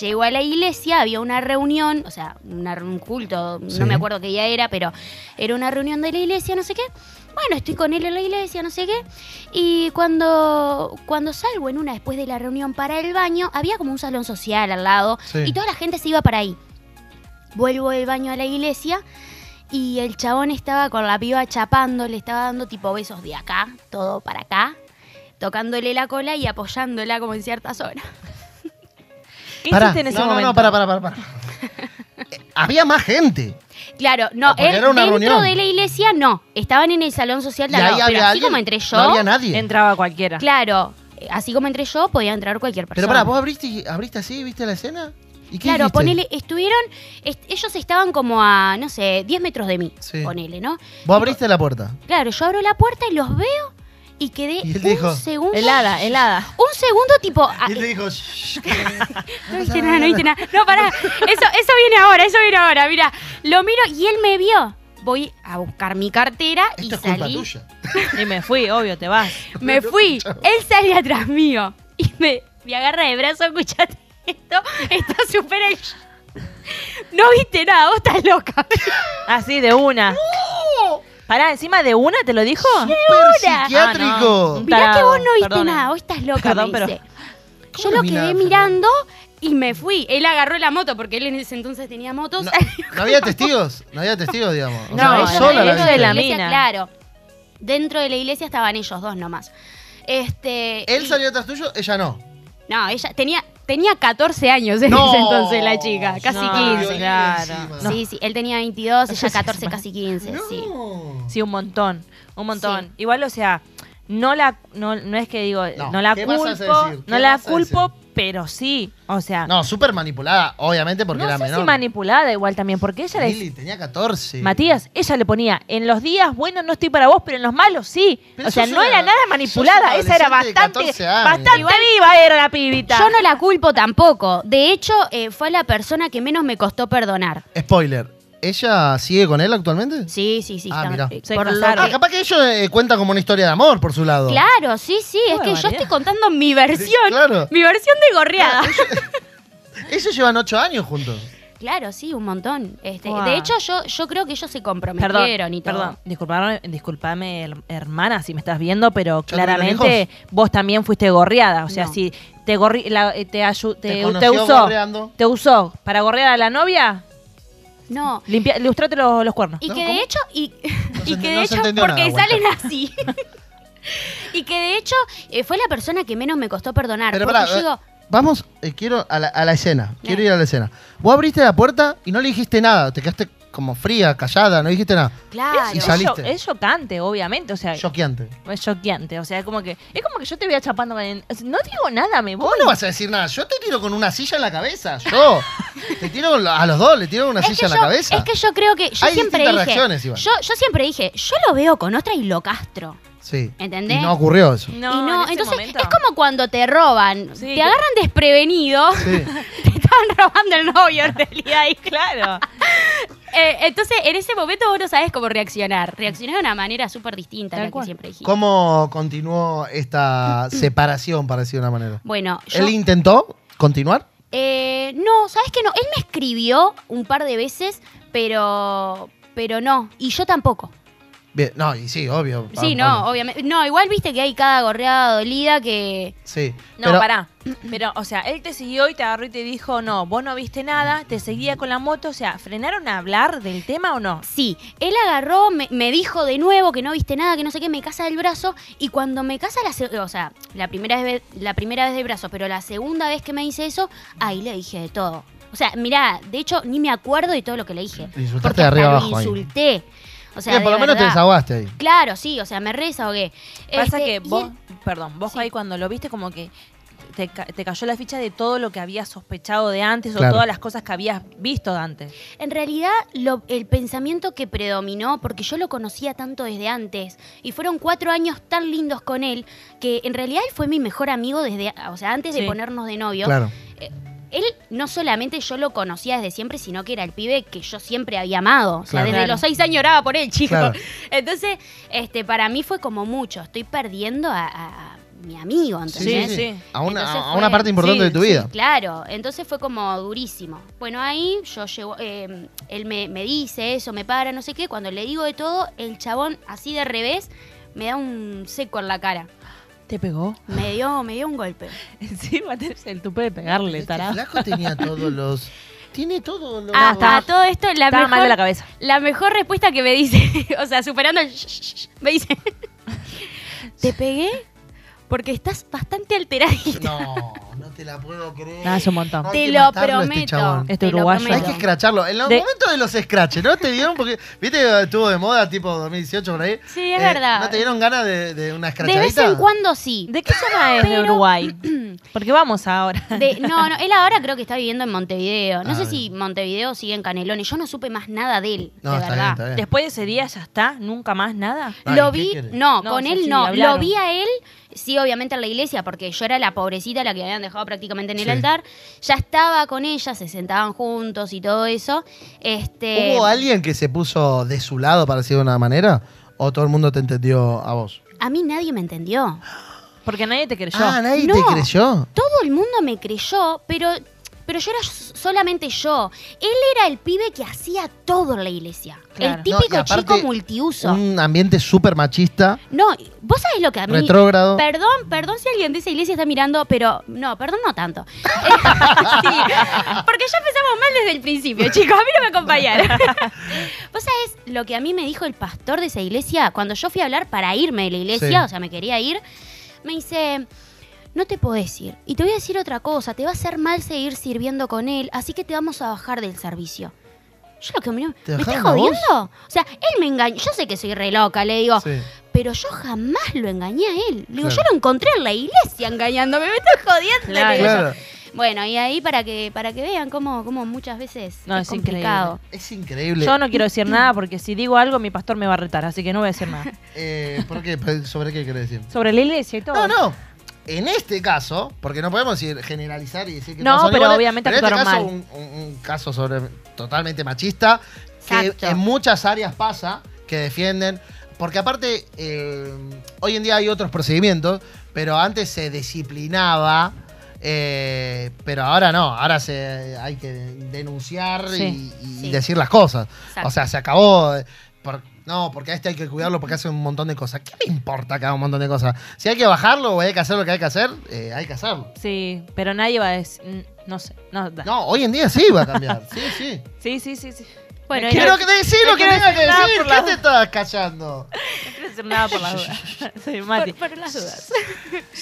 Speaker 4: llego a la iglesia, había una reunión, o sea, una- un culto,
Speaker 2: Sí.
Speaker 4: no me acuerdo qué día era, pero era una reunión de la iglesia, no sé qué. Bueno, estoy con él en la iglesia, no sé qué. Y cuando, cuando salgo en una después de la reunión para el baño, había como un salón social al lado
Speaker 2: Sí.
Speaker 4: y toda la gente se iba para ahí. Vuelvo del baño a la iglesia y el chabón estaba con la piba chapando, le estaba dando tipo besos de acá, todo para acá, tocándole la cola y apoyándola como en cierta zona.
Speaker 3: ¿Qué
Speaker 2: Pará.
Speaker 3: hiciste en ese
Speaker 2: no,
Speaker 3: momento?
Speaker 2: No, no, para, para, para. para. Eh, había más gente.
Speaker 4: Claro, no,
Speaker 2: Ah, porque
Speaker 4: él
Speaker 2: era una
Speaker 4: dentro
Speaker 2: reunión.
Speaker 4: de la iglesia no, estaban en el salón social
Speaker 2: Y
Speaker 4: de al
Speaker 2: ahí
Speaker 4: lado,
Speaker 2: había
Speaker 4: pero así
Speaker 2: alguien.
Speaker 4: como entré yo,
Speaker 2: No había nadie.
Speaker 3: Entraba cualquiera.
Speaker 4: claro, eh, así como entré yo podía entrar cualquier persona.
Speaker 2: Pero pará, vos abriste, y- abriste así, viste la escena. ¿Y qué
Speaker 4: Claro,
Speaker 2: dijiste?
Speaker 4: ponele, estuvieron, est- ellos estaban como a, no sé, 10 metros de mí,
Speaker 2: Sí.
Speaker 4: ponele, ¿no?
Speaker 2: Vos abriste la puerta.
Speaker 4: Claro, yo abro la puerta y los veo y quedé
Speaker 2: Y él
Speaker 4: un
Speaker 2: dijo,
Speaker 4: segundo.
Speaker 3: Helada, helada.
Speaker 4: Un segundo tipo. ah,
Speaker 3: eh,
Speaker 2: Y él te dijo, "Shh, que-
Speaker 4: no viste nada, no viste nada. No, pará. Eso, eso viene ahora, eso viene ahora. Mira, lo miro y él me vio. Voy a buscar mi cartera y
Speaker 2: Esto es culpa
Speaker 4: salí.
Speaker 2: tuya.
Speaker 3: Y me fui, obvio, te vas.
Speaker 4: Me fui. Él sale atrás mío y me, me agarra de brazo. Escuchate esto. Esto supera el. No viste nada, vos estás loca.
Speaker 3: Así, de una. Pará, encima de una te lo dijo.
Speaker 2: Súper psiquiátrico.
Speaker 3: Ah,
Speaker 4: Mirá que vos
Speaker 3: Tarado,
Speaker 4: no viste
Speaker 3: perdona.
Speaker 4: nada, vos estás loca,
Speaker 3: Perdón,
Speaker 4: me
Speaker 3: pero-
Speaker 4: dice.
Speaker 2: ¿Cómo
Speaker 4: Yo
Speaker 2: no
Speaker 4: lo
Speaker 2: vi
Speaker 4: quedé
Speaker 2: nada, Fernanda?
Speaker 4: mirando y me fui. Él agarró la moto porque él en ese entonces tenía motos.
Speaker 2: No, no había testigos, no había testigos, digamos. O
Speaker 3: No,
Speaker 2: sea,
Speaker 3: no,
Speaker 2: vos
Speaker 3: ella-
Speaker 2: sola la
Speaker 3: ella
Speaker 2: viste.
Speaker 3: de la-
Speaker 4: iglesia,
Speaker 3: mina.
Speaker 4: Claro. Dentro de la iglesia estaban ellos dos nomás. Este,
Speaker 2: Él
Speaker 4: y-
Speaker 2: salió atrás tuyo, ella no.
Speaker 4: No, ella tenía, tenía 14 años en
Speaker 2: No.
Speaker 4: ese entonces la chica, casi
Speaker 3: No,
Speaker 4: 15.
Speaker 3: claro.
Speaker 2: No.
Speaker 4: Sí, sí, él tenía 22,
Speaker 3: Entonces
Speaker 4: ella
Speaker 3: es
Speaker 4: 14,
Speaker 3: más.
Speaker 4: casi 15, sí.
Speaker 2: No.
Speaker 3: Sí, un montón, un montón.
Speaker 4: Sí.
Speaker 3: Igual, o sea, no la no, no es que digo,
Speaker 2: No,
Speaker 3: no la
Speaker 2: ¿qué
Speaker 3: culpo,
Speaker 2: vas a decir? ¿Qué
Speaker 3: no la
Speaker 2: vas a decir?
Speaker 3: culpo, pero sí, o sea,
Speaker 2: No, súper manipulada, obviamente, porque
Speaker 3: no
Speaker 2: era
Speaker 3: sé si
Speaker 2: menor.
Speaker 3: manipulada igual también, porque ella le,
Speaker 2: Lili tenía 14.
Speaker 3: Matías, ella le ponía, en los días buenos no estoy para vos, pero en los malos sí.
Speaker 2: Pero
Speaker 3: o sea,
Speaker 2: sos
Speaker 3: no
Speaker 2: una-
Speaker 3: era nada
Speaker 2: sos
Speaker 3: manipulada,
Speaker 2: una
Speaker 3: esa era
Speaker 2: adolescente de
Speaker 3: bastante,
Speaker 2: 14 años.
Speaker 3: bastante
Speaker 2: Igual-
Speaker 3: viva era la pibita.
Speaker 4: Yo no la culpo tampoco. De hecho, eh, fue la persona que menos me costó perdonar.
Speaker 2: Spoiler. ¿Ella sigue con él actualmente?
Speaker 4: Sí, sí, sí.
Speaker 2: Ah,
Speaker 4: está-
Speaker 2: mirá.
Speaker 4: eh,
Speaker 3: Se
Speaker 4: por lo
Speaker 3: casaron.
Speaker 2: Ah,
Speaker 4: que-
Speaker 2: capaz que ello eh, cuenta como una historia de amor por su lado.
Speaker 4: Claro, sí, sí. Es que yo
Speaker 3: barbaridad.
Speaker 4: estoy contando mi versión.
Speaker 2: Claro.
Speaker 4: Mi versión de gorreada.
Speaker 2: Ellos llevan ocho años juntos.
Speaker 4: Claro, sí, un montón. Este,
Speaker 3: Buah.
Speaker 4: De hecho, yo, yo creo que ellos se comprometieron
Speaker 3: Perdón,
Speaker 4: y todo.
Speaker 3: perdón, disculpame, disculpame, her- hermana, si me estás viendo, pero
Speaker 2: tuvieron
Speaker 3: claramente vos también fuiste gorreada. O sea,
Speaker 4: No.
Speaker 3: si te, gorri- la- eh, te, ayu- te- te
Speaker 2: conoció
Speaker 3: usó,
Speaker 2: gorreando.
Speaker 3: te usó para gorrear a la novia,
Speaker 4: No.
Speaker 3: limpia, ilustrate los, los cuernos.
Speaker 4: Y
Speaker 2: No,
Speaker 4: que
Speaker 2: ¿cómo?
Speaker 4: de hecho, y, y
Speaker 2: ente-
Speaker 4: que de
Speaker 2: no se
Speaker 4: hecho,
Speaker 2: entendió
Speaker 4: porque
Speaker 2: nada,
Speaker 4: salen así. y que de hecho eh, fue la persona que menos me costó perdonar.
Speaker 2: Pero
Speaker 4: porque
Speaker 2: pará,
Speaker 4: yo digo,
Speaker 2: eh, vamos, eh, quiero a la, a la escena. Quiero
Speaker 4: Eh.
Speaker 2: ir a la escena. Vos abriste la puerta y no le dijiste nada. Te quedaste como fría, callada, no dijiste nada.
Speaker 4: claro.
Speaker 2: Y
Speaker 3: Es-
Speaker 2: saliste.
Speaker 3: es cho- Es chocante, obviamente. O sea,
Speaker 2: Choqueante.
Speaker 3: es choqueante. O sea, es como que, es como que yo te voy chapando con el- No digo nada, me voy.
Speaker 2: ¿Cómo no vas a decir nada? Yo te tiro con una silla en la cabeza. Yo. te tiro con- a los dos, le tiro con una
Speaker 4: Es
Speaker 2: silla
Speaker 4: que,
Speaker 2: en
Speaker 4: yo,
Speaker 2: la cabeza.
Speaker 4: es que yo creo que yo
Speaker 2: Hay distintas
Speaker 4: siempre dije,
Speaker 2: reacciones,
Speaker 4: yo,
Speaker 2: Iván.
Speaker 4: yo siempre dije, yo lo veo con otra y lo castro.
Speaker 2: sí.
Speaker 4: ¿Entendés? Mm.
Speaker 2: Y no ocurrió eso.
Speaker 3: No,
Speaker 4: y no,
Speaker 3: en ese
Speaker 4: entonces
Speaker 3: momento.
Speaker 4: es como cuando te roban,
Speaker 3: Sí,
Speaker 4: te
Speaker 3: que-
Speaker 4: agarran desprevenido,
Speaker 2: Sí.
Speaker 4: te estaban robando el novio en realidad. y-
Speaker 3: Claro.
Speaker 4: Eh, entonces en ese momento vos no sabes cómo reaccionar. Reaccionás de una manera súper distinta a
Speaker 3: Tal
Speaker 4: la
Speaker 3: cual.
Speaker 4: que siempre dijiste.
Speaker 2: ¿Cómo continuó esta separación, para decir de una manera?
Speaker 4: Bueno, yo,
Speaker 2: ¿Él intentó continuar?
Speaker 4: Eh, no, ¿sabes que no? Él me escribió un par de veces, pero pero no. Y yo tampoco.
Speaker 2: Bien, no, y sí, obvio.
Speaker 4: Sí,
Speaker 2: pa-
Speaker 4: no,
Speaker 2: obvio.
Speaker 4: obviamente. No, igual viste que hay cada gorreada dolida que.
Speaker 2: Sí.
Speaker 3: No,
Speaker 2: pero-
Speaker 3: pará. Pero, o sea, él te siguió y te agarró y te dijo, no, vos no viste nada, te seguía con la moto. O sea, ¿frenaron a hablar del tema o no?
Speaker 4: Sí, él agarró, me, me dijo de nuevo que no viste nada, que no sé qué, me casa del brazo. Y cuando me casa la se- o sea, la primera vez, la primera vez del brazo, pero la segunda vez que me dice eso, ahí le dije de todo. O sea, mirá, de hecho, ni me acuerdo de todo lo que le dije.
Speaker 2: Le insultaste
Speaker 4: Porque
Speaker 2: de arriba
Speaker 4: hasta
Speaker 2: abajo
Speaker 4: lo
Speaker 2: ahí.
Speaker 4: insulté. O sea,
Speaker 2: Bien, por
Speaker 4: de
Speaker 2: lo menos te
Speaker 4: verdad.
Speaker 2: desahogaste ahí.
Speaker 4: Claro, sí, o sea, me re desahogué.
Speaker 3: Pasa
Speaker 4: Este,
Speaker 3: que
Speaker 4: y
Speaker 3: vos,
Speaker 4: él-
Speaker 3: perdón, vos
Speaker 4: Sí.
Speaker 3: ahí cuando lo viste como que te, ca- te cayó la ficha de todo lo que habías sospechado de antes
Speaker 2: Claro.
Speaker 3: o todas las cosas que habías visto de antes.
Speaker 4: en realidad, lo- el pensamiento que predominó, porque yo lo conocía tanto desde antes, y fueron cuatro años tan lindos con él, que en realidad él fue mi mejor amigo desde, o sea, antes
Speaker 3: Sí.
Speaker 4: de ponernos de novio.
Speaker 2: Claro.
Speaker 4: Él no solamente yo lo conocía desde siempre, sino que era el pibe que yo siempre había amado. O sea,
Speaker 2: Claro.
Speaker 4: desde
Speaker 3: Claro.
Speaker 4: los seis años oraba por él, chico.
Speaker 2: Claro.
Speaker 4: Entonces, este, para mí fue como mucho. Estoy perdiendo a, a- a mi amigo, ¿entendés?
Speaker 3: sí, sí.
Speaker 2: A una,
Speaker 4: Entonces
Speaker 2: a una
Speaker 4: fue-
Speaker 2: parte importante
Speaker 3: sí,
Speaker 2: de tu
Speaker 3: sí,
Speaker 2: vida.
Speaker 4: Claro, entonces fue como durísimo. Bueno, ahí yo llevo, eh, él me, me dice eso, me para, no sé qué. Cuando le digo de todo, el chabón así de revés me da un seco en la cara.
Speaker 3: ¿Te pegó?
Speaker 4: Me dio, me dio un golpe.
Speaker 3: Encima tenés el tupe de pegarle,
Speaker 2: Este
Speaker 3: tará.
Speaker 2: flaco tenía todos los. Tiene todos los.
Speaker 4: Ah,
Speaker 3: estaba-
Speaker 4: a todo esto, la
Speaker 3: Estaba
Speaker 4: mejor,
Speaker 3: mal de la cabeza.
Speaker 4: la mejor respuesta que me dice, o sea, superando el me dice, te pegué porque estás bastante alteradita.
Speaker 2: No, no te la puedo creer.
Speaker 3: No, es un montón.
Speaker 2: No, hay
Speaker 4: Te
Speaker 2: que
Speaker 4: lo
Speaker 2: matarlo a este
Speaker 4: prometo.
Speaker 2: chabón.
Speaker 3: Este
Speaker 4: te lo
Speaker 3: uruguayo.
Speaker 2: Hay
Speaker 4: prometo.
Speaker 2: que escracharlo. En los
Speaker 3: De-
Speaker 2: momentos de los scratches, ¿no? Te dieron porque. ¿Viste? Estuvo de moda tipo 2018 por ahí. Eh,
Speaker 4: Sí, es verdad.
Speaker 2: ¿No te dieron ganas de, de una
Speaker 4: De
Speaker 2: escrachadita?
Speaker 4: vez en cuando sí.
Speaker 3: ¿De qué zona es de
Speaker 4: Pero-
Speaker 3: Uruguay? Porque vamos ahora.
Speaker 4: De- no, no, él ahora creo que está viviendo en Montevideo. No
Speaker 2: Ah,
Speaker 4: sé
Speaker 2: bien.
Speaker 4: si Montevideo sigue en Canelones. Yo no supe más nada de él,
Speaker 2: No,
Speaker 4: de
Speaker 2: está
Speaker 4: verdad.
Speaker 2: bien, está bien.
Speaker 3: Después de ese día ya está, nunca más nada.
Speaker 2: Ay,
Speaker 4: Lo
Speaker 2: ¿qué
Speaker 4: vi,
Speaker 2: querés?
Speaker 4: no,
Speaker 3: No,
Speaker 4: con
Speaker 3: o sea,
Speaker 4: él
Speaker 3: sí,
Speaker 4: no. Lo
Speaker 3: hablaron.
Speaker 4: vi a él, sí, obviamente en la iglesia, porque yo era la pobrecita la que habían dejado prácticamente en el
Speaker 2: Sí.
Speaker 4: altar. Ya estaba con ella, se sentaban juntos y todo eso. Este,
Speaker 2: ¿Hubo alguien que se puso de su lado, para decirlo de una manera? ¿O todo el mundo te entendió a vos?
Speaker 4: A mí nadie me entendió.
Speaker 3: Porque nadie te creyó.
Speaker 2: Ah, nadie
Speaker 4: No.
Speaker 2: te creyó.
Speaker 4: Todo el mundo me creyó, pero, pero yo era s- solamente yo. Él era el pibe que hacía todo en la iglesia.
Speaker 3: Claro.
Speaker 4: El
Speaker 2: No, y
Speaker 4: típico chico
Speaker 2: aparte,
Speaker 4: multiuso.
Speaker 2: Un ambiente súper machista,
Speaker 4: No, vos sabés lo que a mí.
Speaker 2: retrógrado.
Speaker 4: Perdón, perdón si alguien de esa iglesia está mirando, pero no, perdón no tanto. Eh, sí, porque ya empezamos mal desde el principio, chicos, a mí no me acompañaron. vos sabés lo que a mí me dijo el pastor de esa iglesia cuando yo fui a hablar para irme de la iglesia,
Speaker 2: Sí.
Speaker 4: o sea, me quería ir, me dice, no te podés ir. Y te voy a decir otra cosa, te va a hacer mal seguir sirviendo con él, así que te vamos a bajar del servicio. Yo lo que me...
Speaker 2: ¿Te
Speaker 4: ¿Me estás
Speaker 2: bajaron a vos?
Speaker 4: jodiendo? O sea, él me engañó. Yo sé que soy re loca, le digo.
Speaker 2: Sí.
Speaker 4: Pero yo jamás lo engañé a él. Le digo,
Speaker 2: Claro.
Speaker 4: yo lo encontré en la iglesia engañándome, me estás jodiendo. le
Speaker 3: Claro.
Speaker 4: digo yo.
Speaker 2: Claro.
Speaker 4: Bueno, y ahí para que, para que vean cómo, cómo muchas veces
Speaker 3: No,
Speaker 4: es,
Speaker 3: es increíble.
Speaker 4: complicado.
Speaker 2: Es increíble.
Speaker 3: Yo no quiero decir nada porque si digo algo mi pastor me va a retar, así que no voy a decir nada.
Speaker 2: Eh, ¿por qué? ¿Sobre qué querés decir?
Speaker 3: Sobre la iglesia y
Speaker 2: No,
Speaker 3: todo.
Speaker 2: no. En este caso, porque no podemos decir- generalizar y decir que
Speaker 3: No,
Speaker 2: todos son
Speaker 3: pero
Speaker 2: iguales,
Speaker 3: obviamente
Speaker 2: pero en este caso,
Speaker 3: actuaron
Speaker 2: un, un- un caso sobre, totalmente machista que
Speaker 4: Exacto.
Speaker 2: en muchas áreas pasa, que defienden. Porque aparte, eh, hoy en día hay otros procedimientos, pero antes se disciplinaba, eh, pero ahora no, ahora se hay que denunciar y-
Speaker 3: Sí.
Speaker 2: y,
Speaker 4: Sí.
Speaker 2: decir las cosas.
Speaker 4: Exacto.
Speaker 2: O sea, se acabó. eh, por- no, porque a este hay que cuidarlo porque hace un montón de cosas. ¿Qué me importa que haga un montón de cosas? Si hay que bajarlo o hay que hacer lo que hay que hacer, eh, hay que hacerlo.
Speaker 3: Sí, pero nadie va a decir... No sé. No, da.
Speaker 2: No, hoy en día sí va a cambiar. Sí, sí.
Speaker 3: Sí, sí, sí, sí.
Speaker 4: Bueno,
Speaker 3: Me
Speaker 4: y
Speaker 2: Quiero
Speaker 4: no-
Speaker 2: que decir
Speaker 3: no
Speaker 2: lo que
Speaker 3: quiero
Speaker 2: tenga que
Speaker 3: decir nada
Speaker 2: decir.
Speaker 3: por
Speaker 2: ¿Qué
Speaker 3: la-
Speaker 2: te estás callando?
Speaker 3: No quiero decir nada por las dudas. Soy Mati.
Speaker 4: por, por las dudas.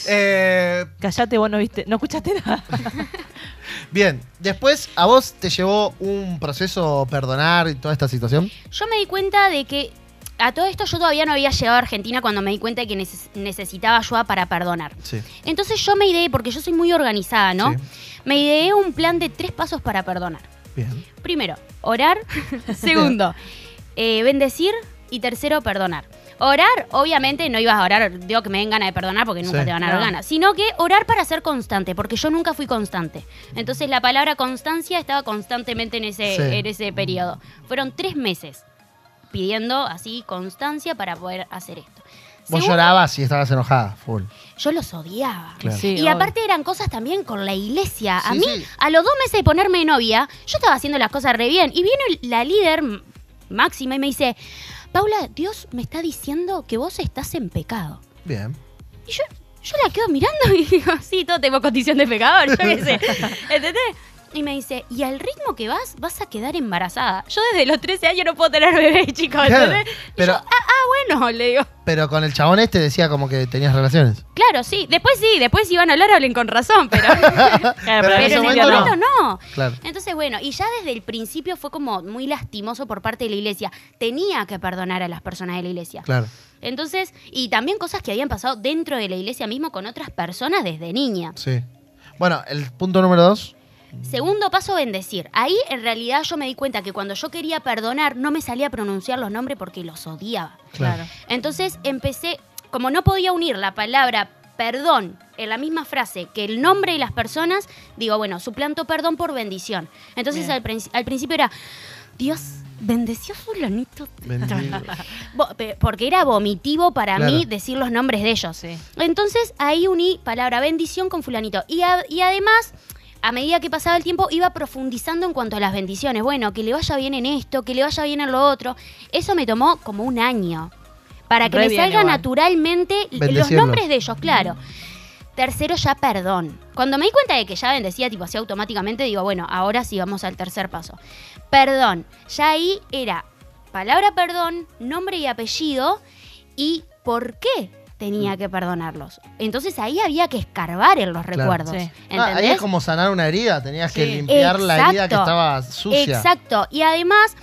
Speaker 2: Eh,
Speaker 3: Callate, vos no viste, no escuchaste nada.
Speaker 2: bien, después a vos te llevó un proceso perdonar y toda esta situación.
Speaker 4: Yo me di cuenta de que a todo esto yo todavía no había llegado a Argentina cuando me di cuenta de que neces- necesitaba ayuda para perdonar.
Speaker 2: Sí.
Speaker 4: Entonces yo me ideé, porque yo soy muy organizada, ¿no?
Speaker 2: Sí.
Speaker 4: Me ideé un plan de tres pasos para perdonar.
Speaker 2: Bien.
Speaker 4: Primero, orar. Segundo, eh, bendecir. Y tercero, perdonar. Orar, obviamente no ibas a orar, digo que me den ganas de perdonar porque nunca
Speaker 2: Sí.
Speaker 4: te van a dar
Speaker 3: No.
Speaker 4: ganas, sino que orar para ser constante, porque yo nunca fui constante. Entonces la palabra constancia estaba constantemente en ese,
Speaker 2: Sí.
Speaker 4: en ese periodo. Fueron tres meses pidiendo así constancia para poder hacer esto.
Speaker 2: Vos
Speaker 4: Segundo,
Speaker 2: llorabas y estabas enojada, full.
Speaker 4: Yo los odiaba.
Speaker 2: Claro.
Speaker 3: Sí,
Speaker 4: Y
Speaker 3: obvio.
Speaker 4: aparte eran cosas también con la iglesia. a
Speaker 2: Sí,
Speaker 4: mí,
Speaker 2: sí.
Speaker 4: a los dos meses de ponerme de novia, yo estaba haciendo las cosas re bien. Y vino el- la líder m- máxima y me dice, Paula, Dios me está diciendo que vos estás en pecado.
Speaker 2: Bien.
Speaker 4: Y yo, yo la quedo mirando y digo, sí, todo tengo condición de pecador, yo qué sé. ¿Entendés? Y me dice, y al ritmo que vas, vas a quedar embarazada. Yo desde los 13 años no puedo tener bebé, chicos.
Speaker 2: Claro,
Speaker 4: ¿entendés? Y
Speaker 2: pero-
Speaker 4: yo, ah, ah, bueno, le digo.
Speaker 2: Pero con el chabón este decía como que tenías relaciones.
Speaker 4: Claro, sí. Después sí, después si van a hablar, hablen con razón, pero, pero,
Speaker 3: Claro,
Speaker 2: Pero en ese
Speaker 4: en el
Speaker 2: momento no.
Speaker 4: momento no.
Speaker 2: Claro.
Speaker 4: Entonces, bueno, y ya desde el principio fue como muy lastimoso por parte de la iglesia. Tenía que perdonar a las personas de la iglesia.
Speaker 2: Claro.
Speaker 4: Entonces, y también cosas que habían pasado dentro de la iglesia mismo con otras personas desde niña.
Speaker 2: Sí. Bueno, el punto número dos.
Speaker 4: Segundo paso, bendecir. Ahí en realidad yo me di cuenta que cuando yo quería perdonar no me salía a pronunciar los nombres porque los odiaba.
Speaker 3: Claro.
Speaker 4: Entonces empecé, como no podía unir la palabra perdón en la misma frase que el nombre de las personas, digo, bueno, suplanto perdón por bendición. Entonces
Speaker 3: Bien.
Speaker 4: al, princi- al principio era, Dios bendeció a fulanito.
Speaker 2: Bendigo.
Speaker 4: Bo- pe- Porque era vomitivo para
Speaker 2: Claro.
Speaker 4: mí decir los nombres de ellos.
Speaker 3: Sí.
Speaker 4: Entonces ahí uní palabra bendición con fulanito. Y, a- y además, a medida que pasaba el tiempo, iba profundizando en cuanto a las bendiciones. Bueno, que le vaya bien en esto, que le vaya bien en lo otro. Eso me tomó como un año. Para que
Speaker 3: Re
Speaker 4: me
Speaker 3: bien,
Speaker 4: salga
Speaker 3: igual.
Speaker 4: naturalmente l- los
Speaker 2: Bendecirlos.
Speaker 4: nombres de ellos, claro. Tercero, ya perdón. Cuando me di cuenta de que ya bendecía, tipo así automáticamente, digo, bueno, ahora sí vamos al tercer paso. Perdón. Ya ahí era palabra perdón, nombre y apellido y por qué tenía
Speaker 2: Mm.
Speaker 4: que perdonarlos. Entonces ahí había que escarbar en los recuerdos.
Speaker 3: Sí.
Speaker 2: Ah, ahí es
Speaker 4: ¿entendés?
Speaker 2: como sanar una herida, tenías que
Speaker 3: Sí.
Speaker 2: limpiar la herida que
Speaker 4: Exacto.
Speaker 2: estaba sucia.
Speaker 4: Exacto. Y además,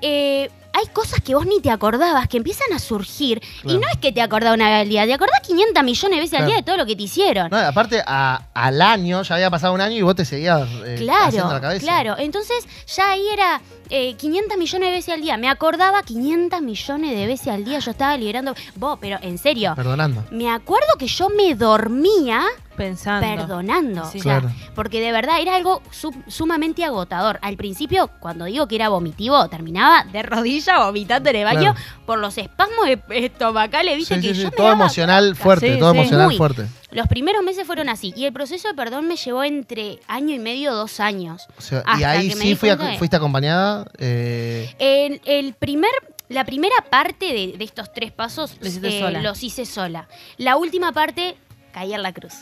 Speaker 4: eh, hay cosas que vos ni te acordabas, que empiezan a surgir.
Speaker 2: Claro.
Speaker 4: Y no es que te acordás una vez al día, te acordás 500 millones de veces
Speaker 2: Claro.
Speaker 4: al día de todo lo que te hicieron.
Speaker 2: No, aparte, a- al año, ya había pasado un año y vos te seguías eh, haciendo la
Speaker 4: Claro,
Speaker 2: cabeza.
Speaker 4: claro. Entonces ya ahí era eh, 500 millones de veces al día. Me acordaba 500 millones de veces al día. Yo estaba liderando. Vos, pero en serio.
Speaker 2: Perdonando.
Speaker 4: Me acuerdo que yo me dormía
Speaker 3: Pensando.
Speaker 4: perdonando.
Speaker 3: Sí.
Speaker 4: O sea,
Speaker 2: Claro.
Speaker 4: Porque de verdad era algo su- sumamente agotador. Al principio, cuando digo que era vomitivo, terminaba de rodilla vomitando en el baño por los espasmos e- estomacales, viste
Speaker 2: Sí,
Speaker 4: que
Speaker 2: sí, sí,
Speaker 4: yo me
Speaker 2: todo
Speaker 4: daba
Speaker 2: emocional
Speaker 4: bronca.
Speaker 2: fuerte,
Speaker 3: Sí,
Speaker 2: todo
Speaker 3: sí.
Speaker 2: emocional
Speaker 4: Muy.
Speaker 2: fuerte.
Speaker 4: Los primeros meses fueron así y el proceso de perdón me llevó entre año y medio, dos años.
Speaker 2: O sea, y
Speaker 4: Hasta
Speaker 2: ahí
Speaker 4: que me
Speaker 2: sí
Speaker 4: di
Speaker 2: fui a-
Speaker 4: cuenta de-
Speaker 2: fuiste acompañada. eh,
Speaker 4: En el primer, la primera parte de, de estos tres pasos
Speaker 3: Lo hiciste
Speaker 4: eh,
Speaker 3: sola.
Speaker 4: los hice sola. La última parte caí en la cruz.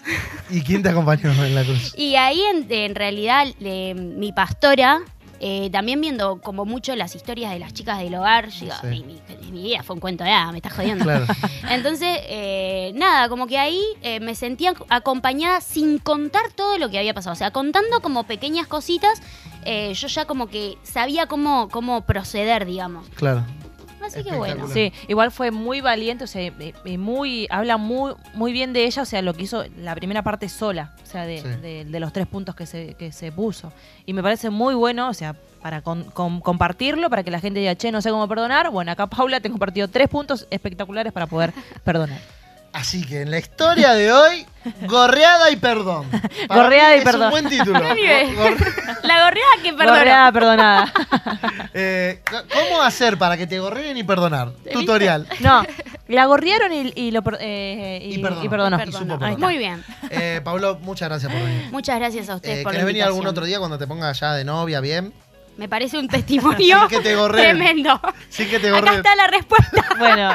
Speaker 2: ¿Y quién te acompañó en la cruz?
Speaker 4: Y ahí en, en realidad le- mi pastora, eh, también viendo como mucho las historias de las chicas del hogar, yo digo,
Speaker 2: Sí.
Speaker 4: "Ay, mi, mi vida fue un cuento de nada, me estás jodiendo.
Speaker 2: Claro.
Speaker 4: Entonces, eh, nada, como que ahí eh, me sentía acompañada sin contar todo lo que había pasado. O sea, contando como pequeñas cositas, eh, yo ya como que sabía cómo, cómo proceder, digamos.
Speaker 2: Claro.
Speaker 4: Así que bueno.
Speaker 2: Espectacular.
Speaker 3: Sí, igual fue muy valiente, o sea, eh, eh, muy, habla muy, muy bien de ella, o sea, lo que hizo la primera parte sola, o sea, de,
Speaker 2: Sí.
Speaker 3: de- de los tres puntos que se, que se puso. Y me parece muy bueno, o sea, para con- con- compartirlo, para que la gente diga, che, no sé cómo perdonar. Bueno, acá Paula te compartió tres puntos espectaculares para poder perdonar.
Speaker 2: Así que en la historia de hoy, gorreada y perdón.
Speaker 3: Gorreada
Speaker 2: mí
Speaker 3: y perdón.
Speaker 2: Es un buen título.
Speaker 4: nivel.
Speaker 2: Gor-
Speaker 4: La gorreada que perdona.
Speaker 3: Gorreada, perdonada.
Speaker 2: eh, ¿Cómo hacer para que te gorreen y perdonar? Tutorial.
Speaker 3: No, la gorrearon y, y lo per- eh, y-
Speaker 2: Y perdonó.
Speaker 3: y perdonó.
Speaker 2: Y supo
Speaker 3: Ahí
Speaker 2: perdonar.
Speaker 3: está.
Speaker 4: Muy bien.
Speaker 2: Eh, Pablo, muchas gracias por venir.
Speaker 4: Muchas gracias a ustedes
Speaker 2: Eh,
Speaker 4: por la
Speaker 2: ¿Querés venir algún
Speaker 4: invitación.
Speaker 2: otro día cuando te pongas ya de novia bien?
Speaker 4: Me parece un testimonio
Speaker 2: Sin que te gorreen.
Speaker 4: tremendo.
Speaker 2: Sí que te
Speaker 4: Acá
Speaker 2: gorreen.
Speaker 4: está la respuesta.
Speaker 3: Bueno.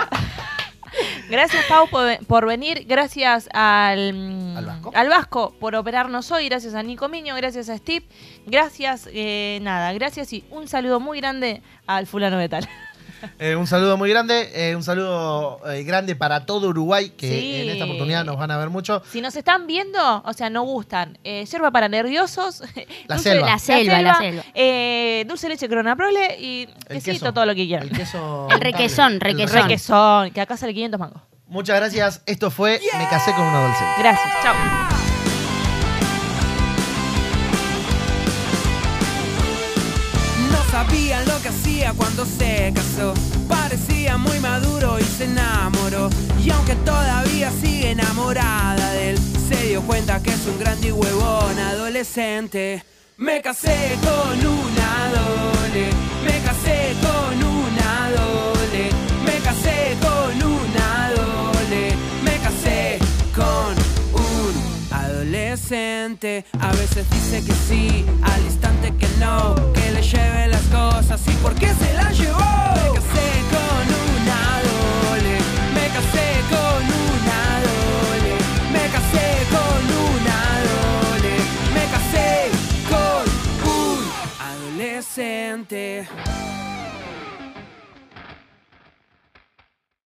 Speaker 3: Gracias, Pau, por, por venir. Gracias al, mm,
Speaker 2: Al Vasco.
Speaker 3: al Vasco por operarnos hoy. Gracias a Nico Miño. Gracias a Steve. Gracias, eh, nada. Gracias y un saludo muy grande al fulano de tal.
Speaker 2: Eh, un saludo muy grande, eh, un saludo eh, grande para todo Uruguay, que
Speaker 3: Sí.
Speaker 2: en esta oportunidad nos van a ver mucho.
Speaker 3: Si nos están viendo, o sea, no gustan. Eh, yerba para nerviosos.
Speaker 2: La
Speaker 3: dulce-
Speaker 2: selva. La
Speaker 4: selva, la selva.
Speaker 3: eh, dulce de leche cronaprole y
Speaker 2: El
Speaker 3: quesito,
Speaker 2: queso.
Speaker 3: todo lo que
Speaker 2: El
Speaker 3: quieran.
Speaker 2: queso.
Speaker 4: El requesón,
Speaker 2: El
Speaker 4: requesón.
Speaker 2: requesón.
Speaker 3: Requesón, que acá sale 500 mangos.
Speaker 2: Muchas gracias. Esto fue Me casé con una adolescente.
Speaker 3: Gracias, chao.
Speaker 1: No sabía lo que hacía cuando se casó. Parecía muy maduro y se enamoró. Y aunque todavía sigue enamorada de él, se dio cuenta que es un grande y huevón adolescente. Me casé con una dole, me casé con una dole, me casé con una dole, me casé con un adolescente. A veces dice que sí, al instante que no, que le lleve las cosas y por qué se las llevó. Me casé con una dole, me casé con una dole, me casé con una dole, me casé con un adolescente.